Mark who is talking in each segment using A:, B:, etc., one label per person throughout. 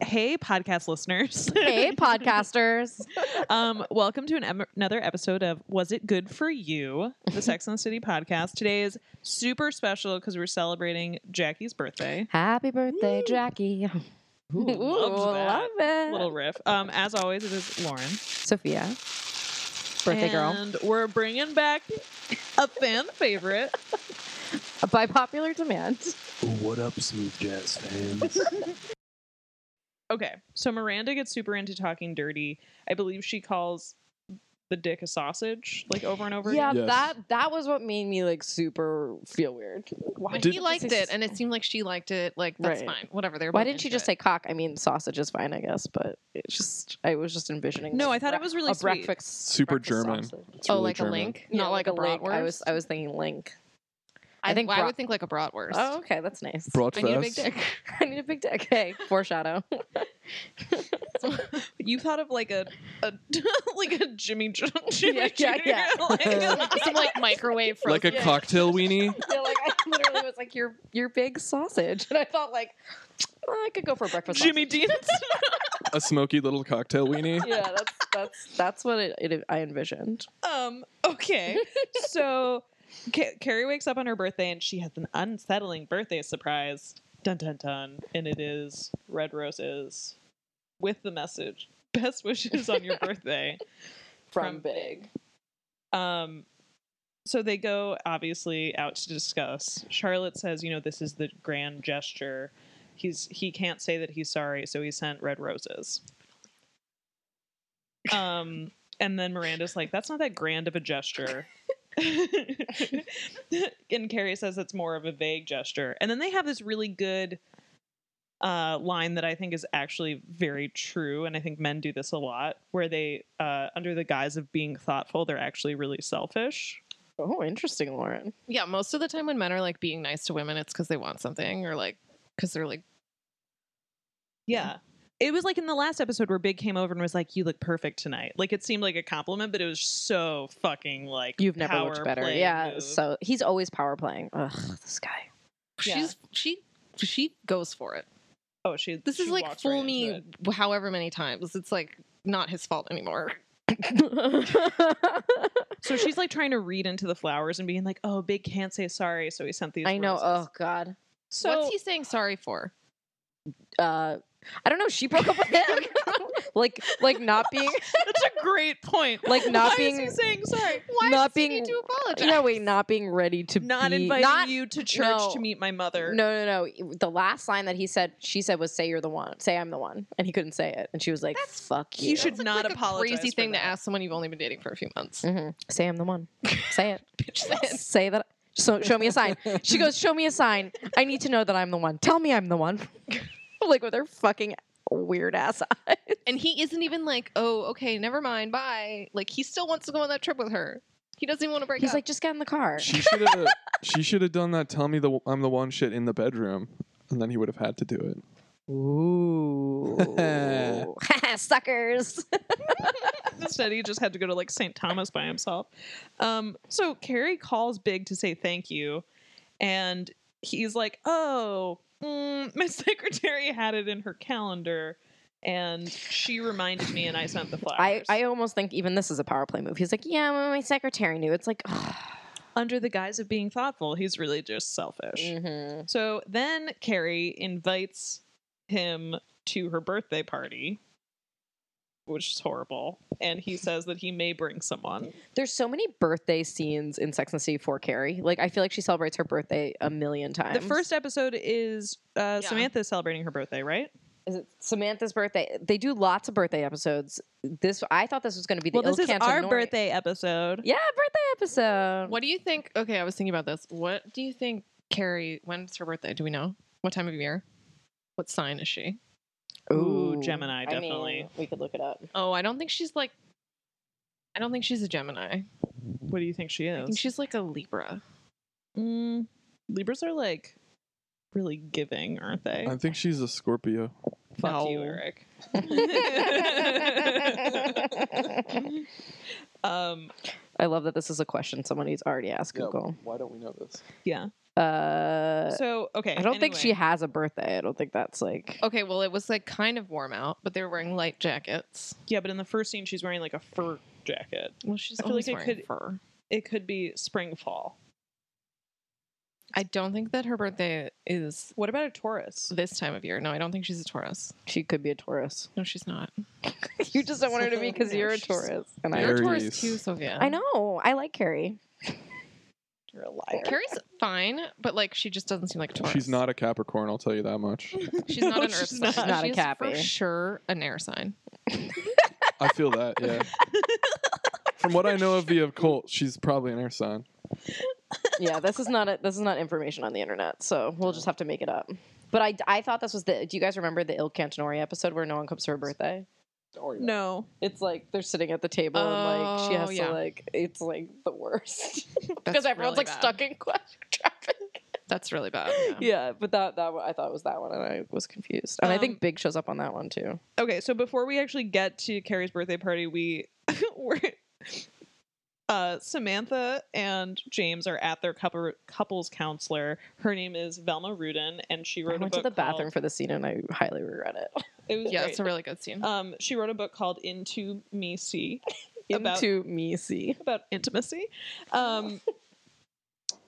A: Hey, podcast listeners.
B: Hey, podcasters.
A: um, welcome to an em- another episode of Was It Good for You, the Sex and the City podcast. Today is super special because we're celebrating Jackie's birthday.
B: Happy birthday, Jackie.
A: Ooh, loved
B: Ooh,
A: that.
B: love it.
A: Little riff. Um, as always, it is Lauren.
B: Sophia, birthday girl.
A: And we're bringing back a fan favorite.
B: By popular demand.
C: What up, smooth jazz fans?
A: Okay, so Miranda gets super into talking dirty. I believe she calls the dick a sausage, like over and over
B: Yeah,
A: again.
C: Yes.
B: that that was what made me like super feel weird. Like, Why
C: Did-
D: he liked it, and it seemed like she liked it. Like that's
B: Right.
D: fine, whatever. They're
B: Why
D: both
B: didn't she
D: into
B: just
D: it.
B: say cock? I mean, sausage is fine, I guess, but it's just I was just envisioning.
A: No,
B: like
A: I thought it
B: bre-
A: was really
B: a
A: sweet.
B: breakfast,
C: Super
B: breakfast
C: German.
B: sausage.
C: It's
D: oh,
C: really
D: like
C: German.
D: a link,
B: Yeah,
D: not like, a
B: link.
D: bratwurst?
B: I was I was thinking link. I
D: I,
B: think
D: think
B: brat-
D: I would think like a bratwurst.
B: Oh, okay, that's nice.
C: Brought
D: I need a big
C: fast.
D: dick.
B: I need a big dick. Hey, foreshadow.
A: You thought of like a, a like a Jimmy Jr. Jimmy
B: yeah,
A: Jr.
B: yeah.
A: like-
D: Some like microwave frozen.
C: Like a cocktail weenie.
B: Yeah, like I literally was like, "Your your big sausage," and I thought like "Oh, I could go for a breakfast.
A: Jimmy Dean's.
C: a smoky little cocktail weenie.
B: sausage." Yeah, that's that's that's what it, it I envisioned.
A: um. Okay. So Ca- Carrie wakes up on her birthday and she has an unsettling birthday surprise. Dun dun dun. And it is red roses with the message "Best wishes on your birthday." From
B: From, big,
A: Um, so they go obviously out to discuss. Charlotte says, you know, this is the grand gesture. He's he can't say that he's sorry, so he sent red roses. Um, and then Miranda's like, that's not that grand of a gesture. and Carrie says it's more of a vague gesture. And then they have this really good uh, line that I think is actually very true, and I think men do this a lot, where they, uh, under the guise of being thoughtful, they're actually really selfish.
B: Oh, interesting, Lauren.
D: yeah, most of the time when men are like being nice to women, it's because they want something or like because they're like
A: Yeah. It was like in the last episode where Big came over and was like, "You look perfect tonight." Like it seemed like a compliment, but it was so fucking like
B: You've never looked
A: power
B: better.
A: play
B: Yeah.
A: move.
B: So he's always power playing. Ugh, this guy.
A: Yeah.
D: she's she she goes for it.
A: oh, she.
D: This is
A: she
D: like
A: walks
D: fool
A: right into
D: me
A: it.
D: however many times. It's like not his fault anymore.
A: So she's like trying to read into the flowers and being like, "Oh, Big can't say sorry, so he sent these."
B: I know.
A: roses."
B: Oh God.
A: so
D: What's he saying sorry for?
B: Uh, I don't know. She broke up with him. like like not being
A: that's a great point.
B: Like, not
A: Why
B: being-
A: is he saying sorry?
D: Why
B: Not
D: does he
B: being-
D: need to apologize?
B: no wait not being ready to
A: Not
B: be,
A: inviting
B: not
A: you to church
B: no.
A: to meet my mother.
B: No, no, no. The last line that he said, she said, was "Say you're the one. Say I'm the one," and he couldn't say it, and she was like,
D: That's-
B: "Fuck you."
A: He should
D: That's,
A: not
D: like,
A: apologize.
D: A crazy
A: for
D: thing
A: that.
D: to ask someone you've only been dating for a few months.
B: hmm say I'm the one. Say it.
D: Bitch, man.
B: say that. So show me a sign. She goes, "Show me a sign. I need to know that I'm the one. Tell me I'm the one." like with her fucking weird ass eyes.
D: And he isn't even like, oh, okay, never mind, bye. Like he still wants to go on that trip with her. He doesn't even want to break
B: He's
D: up.
B: like, "Just get in the car."
C: She should have. she should have done that. Tell me the I'm the one shit in the bedroom, and then he would have had to do it.
B: Ooh, suckers.
A: Instead, he just had to go to like St. Thomas by himself. Um, so Carrie calls Big to say thank you, and he's like, "Oh, mm, my secretary had it in her calendar, and she reminded me, and I sent the
B: I,
A: flowers."
B: I almost think even this is a power play move. He's like, "Yeah, well, my secretary knew." It's like,
A: under the guise of being thoughtful, he's really just selfish.
B: mhm.
A: So then Carrie invites him to her birthday party, which is horrible, and he says that he may bring someone.
B: There's so many birthday scenes in Sex and the City for Carrie. Like I feel like she celebrates her birthday a million times.
A: The first episode is uh,
D: Yeah.
A: Samantha celebrating her birthday, right?
B: is it Samantha's birthday. They do lots of birthday episodes. This I thought this was going to be the
A: Well, this
B: Il
A: is our
B: Cantonori-
A: birthday episode.
B: Yeah, birthday episode.
D: what do you think? Okay, I was thinking about this. What do you think Carrie, when's her birthday? Do we know? What time of year? What sign is she?
A: Ooh, Gemini, definitely.
B: I mean, we could look it up.
D: Oh, I don't think she's like, I don't think she's a Gemini.
A: What do you think she
D: I
A: is?
D: think she's like a Libra.
A: Mm, Libras are like really giving, aren't they?
C: I think she's a Scorpio.
A: Fuck you,
D: No.
A: Eric.
B: I
A: um,
B: I love that this is a question somebody's already asked
C: Yeah,
B: Google.
C: why don't we know this?
A: Yeah.
B: Uh,
A: So okay.
B: I don't think she
A: anyway.
B: has a birthday. I don't think that's like.
D: Okay, well, it was like kind of warm out, but they were wearing light jackets.
A: Yeah, but in the first scene, she's wearing like a fur jacket.
D: Well, she's
A: I feel
D: always
A: like it
D: wearing
A: could-
D: fur.
A: It could be spring fall.
D: I don't think that her birthday is
A: What about a Taurus?
D: this time of year. No, I don't think she's a Taurus.
B: She could be a Taurus.
D: No, she's not.
B: you just don't want her to be because
A: No,
B: you're a
A: she's-
B: Taurus. And I.
D: You're a Taurus
C: Aries.
D: too, Sophia.
B: I know. I like Carrie.
A: You're a liar.
D: Carrie's fine, but like she just doesn't seem like a Taurus.
C: She's not a Capricorn, I'll tell you that much.
D: She's not
A: No,
D: an Earth
A: she's
D: sign.
A: not. She's
B: not a
D: She's
B: Cappy.
D: For sure, an air sign.
C: I feel that, yeah. From what I know of the occult, she's probably an air sign.
B: yeah, this is not a, this is not information on the internet, so we'll just have to make it up. But I, I thought this was the. Do you guys remember the Il Cantonori episode where no one comes to her birthday?
A: No.
B: It's like they're sitting at the table and like she
D: Oh,
B: has
D: yeah.
B: to like it's like the worst because
D: That's
B: everyone's
D: really
B: like
D: bad.
B: stuck in question traffic.
D: That's really bad. Yeah.
B: Yeah, but that that one, I thought was that one, and I was confused. And I
A: Um,
B: think Big shows up on that one too.
A: Okay, so before we actually get to Carrie's birthday party, we were uh, Samantha and James are at their couple couples counselor. Her name is Velma Rudin, and she
B: I
A: wrote a
B: went to
A: book
B: the bathroom
A: called-
B: for the scene, and I highly regret it.
A: It was
D: Yeah,
A: great.
D: it's a really good
B: Uh,
D: scene.
A: um, she wrote a book called Into Me See About-
B: Into me, see.
A: about intimacy. Um,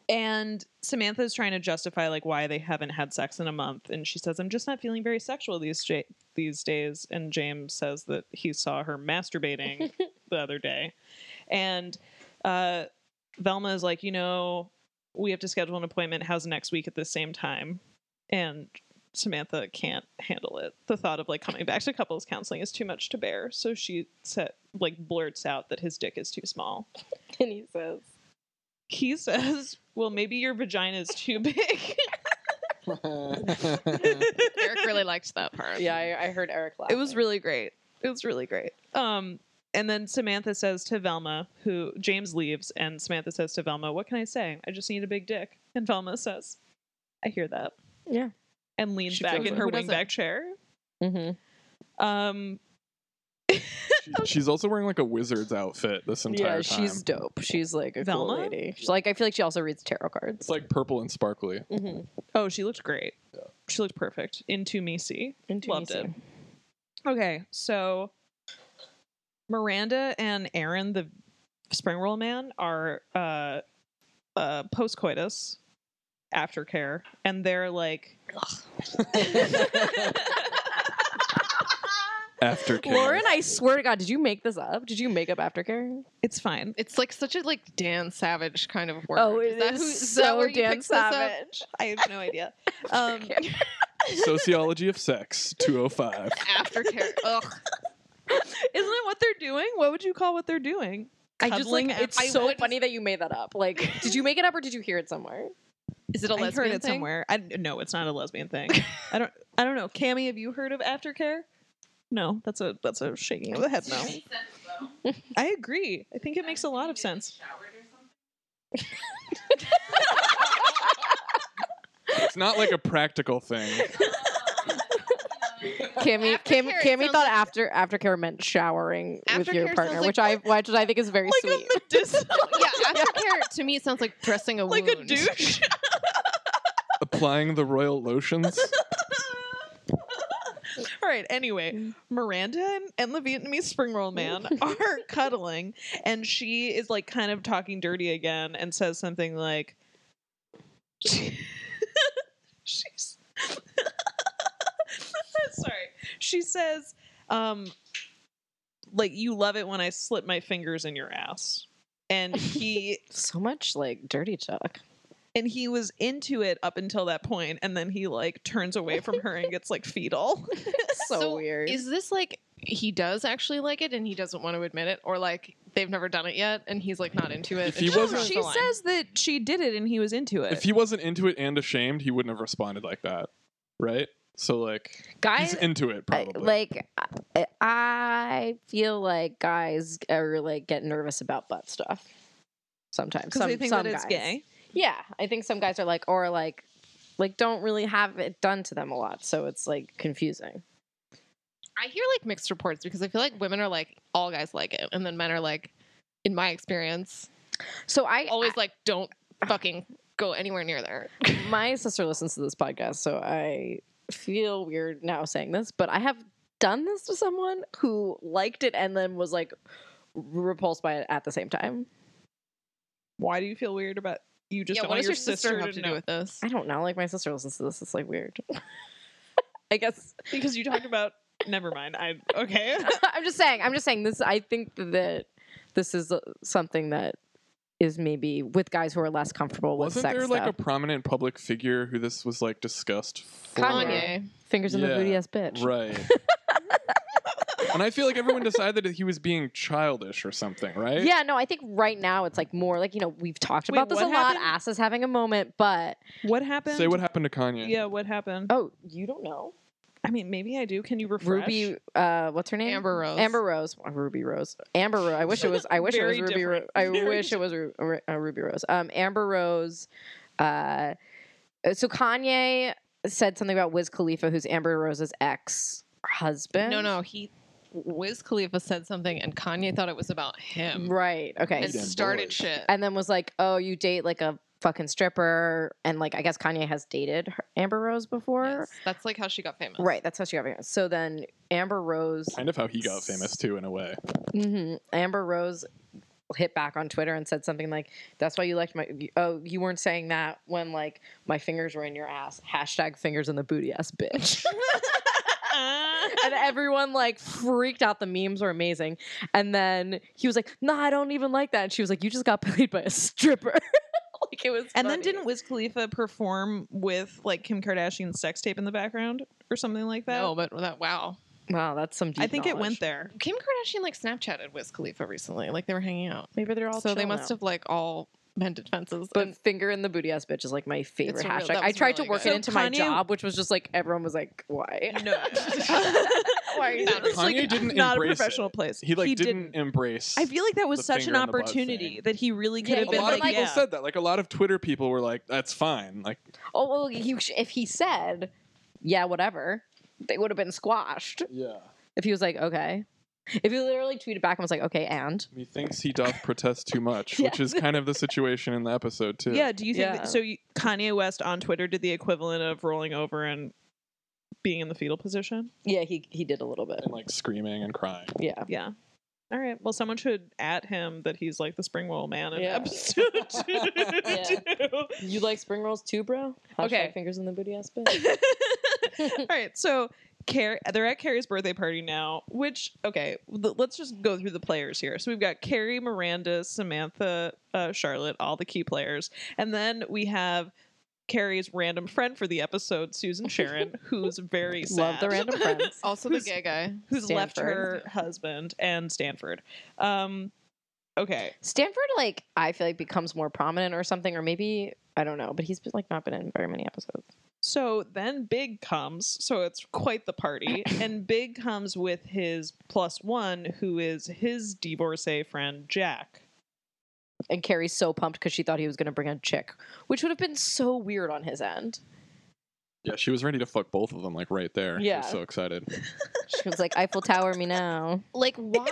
A: and Samantha is trying to justify like why they haven't had sex in a month, and she says, "I'm just not feeling very sexual these j- these days." And James says that he saw her masturbating the other day, and uh, Velma is like, "You know, we have to schedule an appointment. How's next week at the same time?" And Samantha can't handle it. The thought of like coming back to couples counseling is too much to bear, so she set, like blurts out that his dick is too small
B: And he says,
A: he says, "Well, maybe your vagina is too big."
C: That's
D: Eric really liked that part.
B: "Yeah, I, I heard Eric laugh."
A: it was really great. It was really great. Um, and then Samantha says to Velma, who James leaves, and Samantha says to Velma, "What can I say? I just need a big dick." And Velma says, "I hear that."
B: Yeah.
A: and leans
C: She
A: back
C: feels
A: in
C: it.
A: her
D: Who doesn't?
A: wingback chair.
B: hmm
A: Um,
C: she's also wearing like a wizard's outfit this entire
B: yeah,
C: time.
B: she's dope. She's like a
A: Velma?
B: cool lady. She's like I feel like she also reads tarot cards.
C: It's like purple and sparkly.
B: mm-hmm.
A: oh, she looked great. She looked perfect. Into me, see. Loved it. Okay, so Miranda and Aaron, the spring roll man, are uh, uh, post coitus aftercare, and they're like,
C: After
B: Lauren, I swear to God, did you make this up? Did you make up aftercare?
A: it's fine.
D: It's like such a like Dan Savage kind of word.
B: Oh, it
D: Is that
B: is
D: who- is that
B: so
D: where you
B: Dan
D: picked this up?
B: Savage.
A: I have no idea. Um,
C: Sociology of Sex 205.
D: Aftercare. Ugh.
A: isn't it what they're doing? What would you call what they're doing?
B: I just like
A: Cuddling
B: it's
A: after-
B: so
A: I would-
B: funny that you made that up. Like, did you make it up or did you hear it somewhere?
D: Is it a
A: I
D: lesbian
A: heard it
D: thing?
A: somewhere. I no, it's not a lesbian thing. I don't. I don't know. Cammy, have you heard of aftercare? No, that's a that's a shaking of the head. No, I agree. I think it makes a lot of sense.
C: It's not like a practical thing.
B: Cammy, Cam,
D: Aftercare
B: Cammy
D: sounds
B: thought after aftercare meant showering with your
D: Aftercare
B: partner,
D: sounds
B: which I
D: like-
B: which I think is very
A: like
B: sweet.
A: a medicinal,
D: yeah, aftercare to me sounds like dressing a
A: like
D: wound.
A: a douche.
C: Applying the royal lotions.
A: All right. Anyway, Miranda and, and the Vietnamese spring roll man are cuddling, and she is like kind of talking dirty again, and says something like, "She's sorry." She says, um, "Like you love it when I slip my fingers in your ass," and he
B: so much like dirty talk.
A: and he was into it up until that point and then he like turns away from her and gets like fetal
B: So, weird.
D: Is this like he does actually like it and he doesn't want to admit it, or like they've never done it yet and he's like not into it?
C: If
D: and
C: he
D: she
C: wasn't-
D: crossed
A: she
D: the line?
A: says that she did it and he was into it
C: If he wasn't into it and ashamed, he wouldn't have responded like that. Right? So like
B: guys,
C: he's into it
B: I-
C: probably.
B: like I- I feel like guys are like get nervous about butt stuff sometimes.
A: because
B: Some,
A: they think
B: some
A: that it's
B: guys.
A: gay
B: Yeah, I think some guys are like or like like don't really have it done to them a lot, so it's like confusing.
D: I hear like mixed reports because I feel like women are like all guys like it, and then men are like in my experience,
B: So I
D: always like don't fucking go anywhere near there.
B: my sister listens to this podcast, so I feel weird now saying this, but I have done this to someone who liked it and then was like repulsed by it at the same time.
A: Why do you feel weird about you just
D: yeah,
A: don't
D: what
A: want
D: does your sister, have
A: to
D: to
A: know?
D: do with this?
B: I don't know. Like my sister listens to this. It's like weird. I guess
A: Because you talked about. Never mind. I okay.
B: I'm just saying. I'm just saying this. I think that this is uh, something that is maybe with guys who are less comfortable with
C: Wasn't
B: sex
C: there like
B: stuff.
C: a prominent public figure who this was like discussed for?
D: Kanye.
B: Fingers in the
C: Yeah.
B: booty ass bitch.
C: Right. and I feel like everyone decided that he was being childish or something, right?
B: Yeah, no, I think right now it's like more like you know we've talked
A: Wait,
B: about this a
A: what
B: lot.
A: happened?
B: Ass is having a moment, but
A: What happened?
C: Say what happened to Kanye.
A: Yeah, what happened?
B: oh, you don't know
A: I mean, maybe I do. Can you refresh?
B: Ruby. Uh, what's her name?
D: Amber Rose.
B: Amber Rose. Oh, Ruby Rose. Amber Rose. I wish it was. I wish it was
A: Very
B: Ruby. Ro-
A: different.
B: I
A: Very
B: wish it was Ru- Ru- uh, Ruby Rose. Um, Amber Rose. Uh, so Kanye said something about Wiz Khalifa, who's Amber Rose's ex husband.
D: No, no, he Wiz Khalifa said something and Kanye thought it was about him
B: Right. Okay.
D: and
C: Them
D: started
C: boys.
D: shit.
B: and then was like, "Oh, you date like a fucking stripper," and like I guess Kanye has dated her- Amber Rose before,
D: Yes, that's like how she got famous.
B: right? That's how she got famous. So then Amber Rose,
C: Kind of how he got famous too, in a way.
B: Mhm. Amber Rose hit back on Twitter and said something like, "That's why you liked my oh you weren't saying that when like my fingers were in your ass hashtag fingers in the booty ass bitch."
A: Ah.
B: and everyone like freaked out. The memes were amazing. And then he was like, "Nah, I don't even like that." And she was like, "You just got played by a stripper." like it was.
A: And then
B: funny.
A: didn't Wiz Khalifa perform with like Kim Kardashian's sex tape in the background or something like that?
D: No, but that wow.
B: Wow, that's some. Deep
A: I think it
B: knowledge.
A: went there.
D: Kim Kardashian like Snapchatted Wiz Khalifa recently, like they were hanging out.
B: Maybe they're all
D: so they
B: chill
D: must
B: now.
D: have like all mended fences.
B: But
D: and
B: finger in the booty ass bitch is like my favorite
D: real-
B: hashtag.
D: that
B: I
D: was
B: tried
D: really
B: to work
D: good.
B: it
A: So
B: into my
A: Kanye-
B: job, which was just like everyone was like, "Why?"
A: No.
B: Why are you
D: Found
A: It's like
C: Kanye didn't
A: not a
C: embrace
A: professional
C: it.
A: place.
C: He like
A: He
C: didn't,
A: didn't.
C: embrace.
A: I feel like that was
C: The
A: such
C: finger
A: an
C: in the butt
A: opportunity
C: thing.
A: that he really could
B: Yeah,
A: have
B: he
C: a
A: been
C: lot
A: like,
C: of people
A: yeah.
C: said that. Like a lot of Twitter people were like, "That's fine." Like
B: Oh well, he, sh- if he said, "Yeah, whatever," they would have been squashed.
C: Yeah.
B: If he was like, "Okay," if he literally tweeted back and was like, "Okay," and
C: Methinks he doth protest too much,
B: Yeah.
C: which is kind of the situation in the episode too.
A: Yeah, do you think
B: Yeah.
A: that, so? You, Kanye West on Twitter did the equivalent of rolling over and being in the fetal position.
B: yeah, he he did a little bit.
C: And like screaming and crying.
B: Yeah,
A: Yeah. All right. Well, someone should at him that he's like the spring roll man in
B: Yeah.
A: episode two.
B: you like spring rolls too, bro?
A: Okay.
B: fingers in the booty ass bitch.
A: All right. So Car- they're at Carrie's birthday party now, which, okay, l- let's just go through the players here. So we've got Carrie, Miranda, Samantha, uh, Charlotte, all the key players. And then we have Carrie's random friend for the episode, Susan Sharon, who's very sad.
B: Love the random friends.
D: also the
A: who's-
D: gay guy.
A: who's left her
B: Stanford.
A: husband and Stanford. Um, okay.
B: Stanford, like I feel like becomes more prominent or something, or maybe I don't know, but he's been, like not been in very many episodes.
A: So then Big comes, so it's quite the party. And Big comes with his plus one, who is his divorcee friend, Jack.
B: And Carrie's so pumped because she thought he was going to bring a chick, which would have been so weird on his end.
C: Yeah, she was ready to fuck both of them like right there. She
B: Yeah.
C: was so excited.
B: She was like, "Eiffel Tower me now."
D: Like why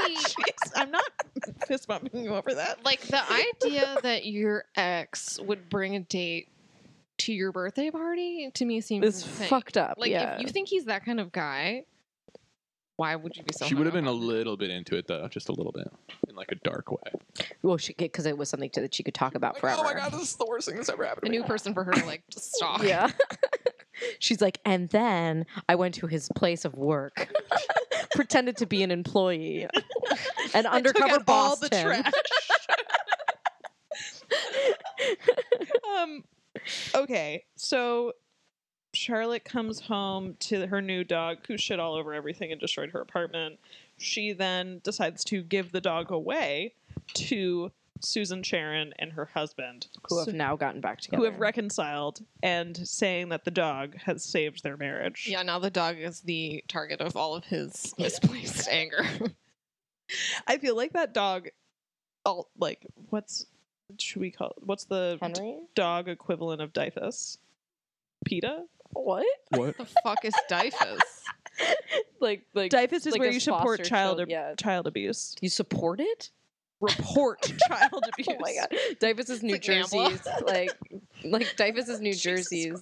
A: Jeez, I'm not fist bumping you over that.
D: like the idea that your ex would bring a date to your birthday party to me seems
B: It's
D: insane.
B: fucked up.
D: Like
B: yeah.
D: if you think he's that kind of guy, why would you be so
C: she would have
D: hung
C: been a
D: up on
C: little bit into it though, just a little bit. In like a dark way.
B: well, she because it was something to, that she could talk about
A: oh
B: forever.
C: Oh this is the worst thing that's ever happened
D: a new person for her to like stalk?
B: Yeah. She's like, and then I went to his place of work, pretended to be an employee, and
A: I took
B: undercover
A: out
B: boss.
A: all the
B: him.
A: trash. um, okay, so Charlotte comes home to her new dog, who shit all over everything and destroyed her apartment. She then decides to give the dog away to Susan Sharon and her husband,
B: Who have now gotten back together.
A: who have reconciled and saying that the dog has saved their marriage.
D: Yeah, now the dog is the target of all of his misplaced anger.
A: I feel like that dog, all like what's should we call what's the
B: Henry?
A: dog equivalent of Difus? PETA?
B: What?
C: What?
D: the fuck is Dyfus?
B: like like
A: Difus is
B: like
A: where
B: his
A: you support
B: foster
A: child
B: child,
A: ab-
B: yeah.
A: child abuse.
B: you support it?
A: report child abuse.
B: Oh my god, Dyfus is New
D: like Nambla.
B: Jersey's like like Dyfus is New Jersey's.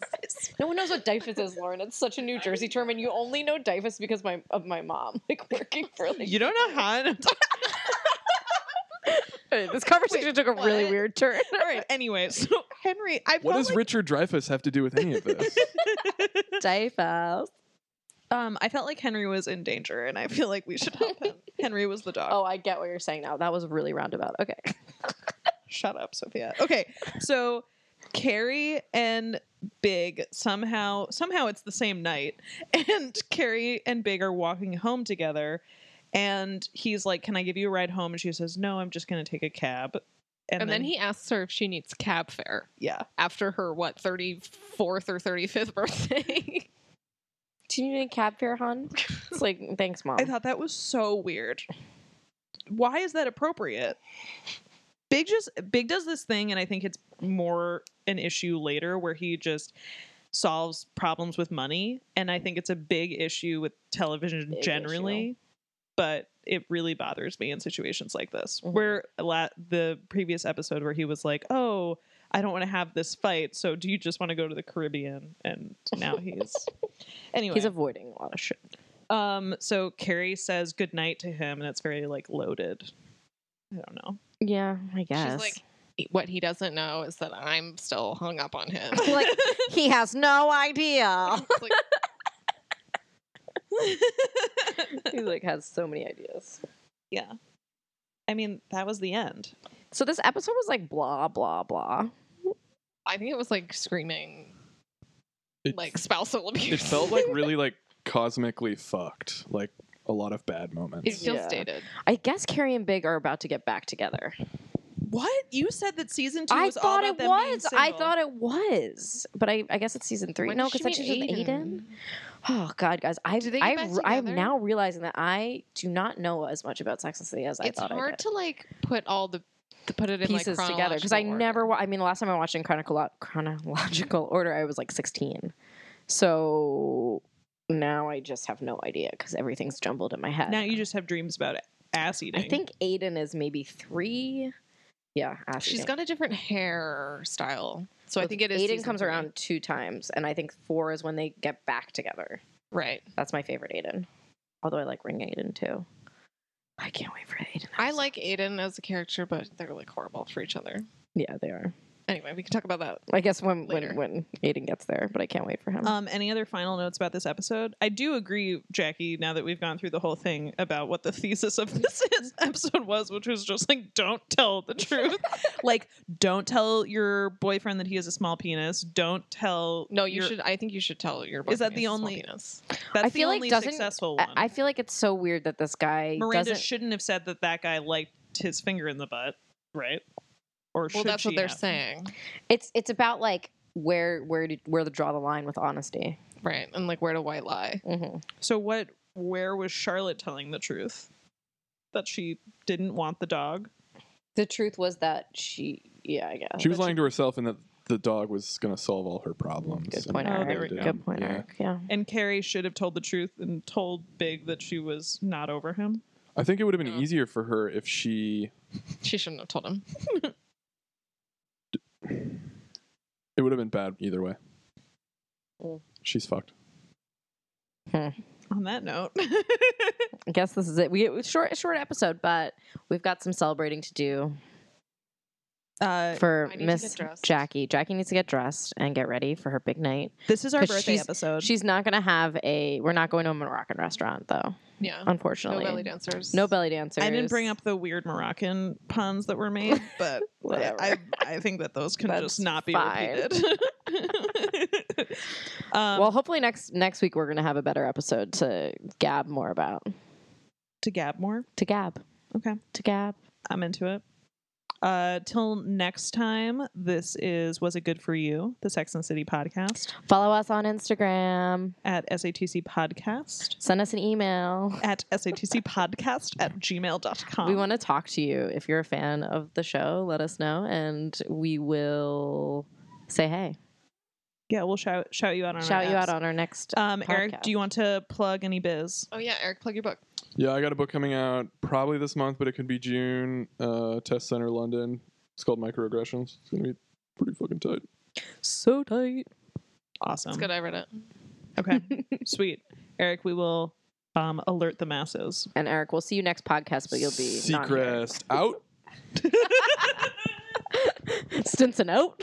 B: No one knows what Dyfus is, Lauren. It's such a New Jersey term, and you only know Dyfus because my of my mom like working for like.
A: You don't know how. I know-
B: this conversation took a really
D: what?
B: weird turn.
A: All right. Anyway, so Henry, I
C: What
A: felt
C: does
A: like-
C: Richard Dreyfuss have to do with any of this?
B: Dyfus.
A: um, I felt like Henry was in danger, and I feel like we should help him. Henry was the dog.
B: Oh, I get what you're saying now. That was really roundabout. Okay.
A: Shut up, Sophia. Okay, so Carrie and Big somehow somehow it's the same night, and Carrie and Big are walking home together, and he's like, "Can I give you a ride home?" And she says, "No, I'm just going to take a cab."
D: And, then, he asks her if she needs cab fare
A: yeah,
D: after her what 34th or 35th birthday.
B: Do you need a cab fare, hon? It's like thanks, mom.
A: I thought that was so weird. Why is that appropriate? Big just Big does this thing, and I think it's more an issue later where he just solves problems with money, and I think it's a big issue with television
B: Big
A: generally. But it really bothers me in situations like this,
B: Mhm.
A: where la- the previous episode where he was like, "Oh, I don't want to have this fight, so do you just want to go to the Caribbean?" And now he's anyway.
B: He's avoiding a lot of shit.
A: Um, so Carrie says goodnight to him, and it's very like loaded. I don't know.
B: Yeah, I guess.
D: She's like, what he doesn't know is that I'm still hung up on him.
B: like he has no idea.
D: It's like,
B: he like has so many ideas.
A: Yeah. I mean, that was the end.
B: So this episode was like blah blah blah.
D: I think it was like screaming
C: It-
D: like spousal abuse.
C: it felt like really like cosmically fucked. Like a lot of bad
D: it
C: moments.
D: feels
B: Yeah.
D: dated.
B: I guess Carrie and Big are about to get back together.
A: What? You said that season two
B: I
A: was all
B: thought
A: about
B: it
A: them being
B: was. I
A: single.
B: thought it was, but I, I guess it's season three.
D: When
B: no,
D: did
B: because that's
D: meet
B: just with Aiden. Oh God, guys, I
D: Do they get
B: I
D: back
B: re- I'm
D: together?
B: now realizing that I do not know as much about Sex and the City as I
D: It's
B: thought I
D: hard
B: did.
D: to like put all the to put it in
B: Pieces
D: like
B: together because
D: because
B: I never. Wa- I mean, the last time I watched in chronicolo- chronological order, I was like 16, so now I just have no idea because everything's jumbled in my head.
A: Now you just have dreams about ass eating.
B: I think Aiden is maybe three. Yeah, ass
D: She's
B: eating.
D: got a different hair style, so I think it is.
B: Aiden
D: season
B: comes
D: three.
B: around two times, and I think four is when they get back together.
D: right.
B: That's my favorite Aiden. Although I like Ring Aiden too. I can't wait for Aiden.
D: I like Aiden as a character, but they're like horrible for each other.
B: Yeah, they are.
D: Anyway, we can talk about that.
B: I guess when
D: Later.
B: when when Aiden gets there, but I can't wait for him.
A: Um, any other final notes about this episode? I do agree, Jackie, now that we've gone through the whole thing about what the thesis of this is- episode was, which was just like, don't tell the truth. like, don't tell your boyfriend that he has a small penis. Don't tell.
D: No, you
A: your-
D: should. I think you should tell your.
A: Is that
D: boyfriend
A: the
D: he has a small
A: only-
D: penis.
A: That's
B: I feel
A: the
B: like
A: only
B: doesn't-
A: successful one.
B: I, I feel like it's so weird that this guy
A: Miranda
B: doesn't.
A: shouldn't have said that that guy liked his finger in the butt, right? Or
D: Well,
A: should
D: that's what
A: she
D: they're
A: have?
D: saying,
B: it's it's about like where where to, where to draw the line with honesty.
D: right? And like, where do I lie?
B: hmm
A: So what? Where was Charlotte telling the truth? That she didn't want the dog.
B: The truth was that she. Yeah, I guess
C: She was lying to herself and that the dog was gonna solve all her problems.
B: Good
C: and
B: point,
A: Oh,
B: Eric.
A: there we
C: go.
B: Good point,
C: Yeah.
B: Eric. Yeah.
A: And Carrie should have told the truth and told Big that she was not over him.
C: I think it would have been
D: Yeah.
C: easier for her if she
D: She shouldn't have told him.
C: it would have been bad either way.
B: Mm.
C: She's fucked.
A: On that note,
B: I guess this is it. We it was short short episode, but we've got some celebrating to do.
A: uh,
B: for
D: I need to
B: Miss
D: get dressed.
B: Jackie. Jackie needs to get dressed and get ready for her big night.
A: this is our
B: 'Cause
A: birthday
B: she's-
A: episode.
B: She's not going to have a. We're not going to a Moroccan restaurant though,
D: Yeah. Oh, No
B: unfortunately.
D: belly dancers.
B: No belly dancers.
A: I didn't bring up the weird Moroccan puns that were made, but I,
B: Whatever.
A: I I think that those can
B: That's
A: just not be
B: fine.
A: repeated. um,
B: well, hopefully next next week we're going to have a better episode to gab more about.
A: to gab more.
B: To gab.
A: Okay.
B: To gab.
A: I'm into it. Uh, till next time, this is Was It Good For You, the Sex and the City podcast
B: Follow us on Instagram.
A: at SATC podcast
B: Send us an email.
A: at SATC podcast at gmail.com.
B: We want to talk to you. If you're a fan of the show, let us know and we will say hey.
A: yeah, we'll shout, shout you out on our
B: Shout you out
A: apps.
B: on our next
A: Um, Eric,
B: podcast.
A: do you want to plug any biz?
D: Oh yeah, Eric, plug your book.
C: Yeah, I got a book coming out probably this month, but it could be June. Uh, Test Center London. It's called Microaggressions. It's gonna be pretty fucking tight.
B: So tight.
A: Awesome.
D: It's good. I read it.
A: Okay. Sweet. Eric, we will um, alert the masses.
B: And Eric, we'll see you next podcast, but you'll be not here.
C: Seacrest out.
B: Stinson out.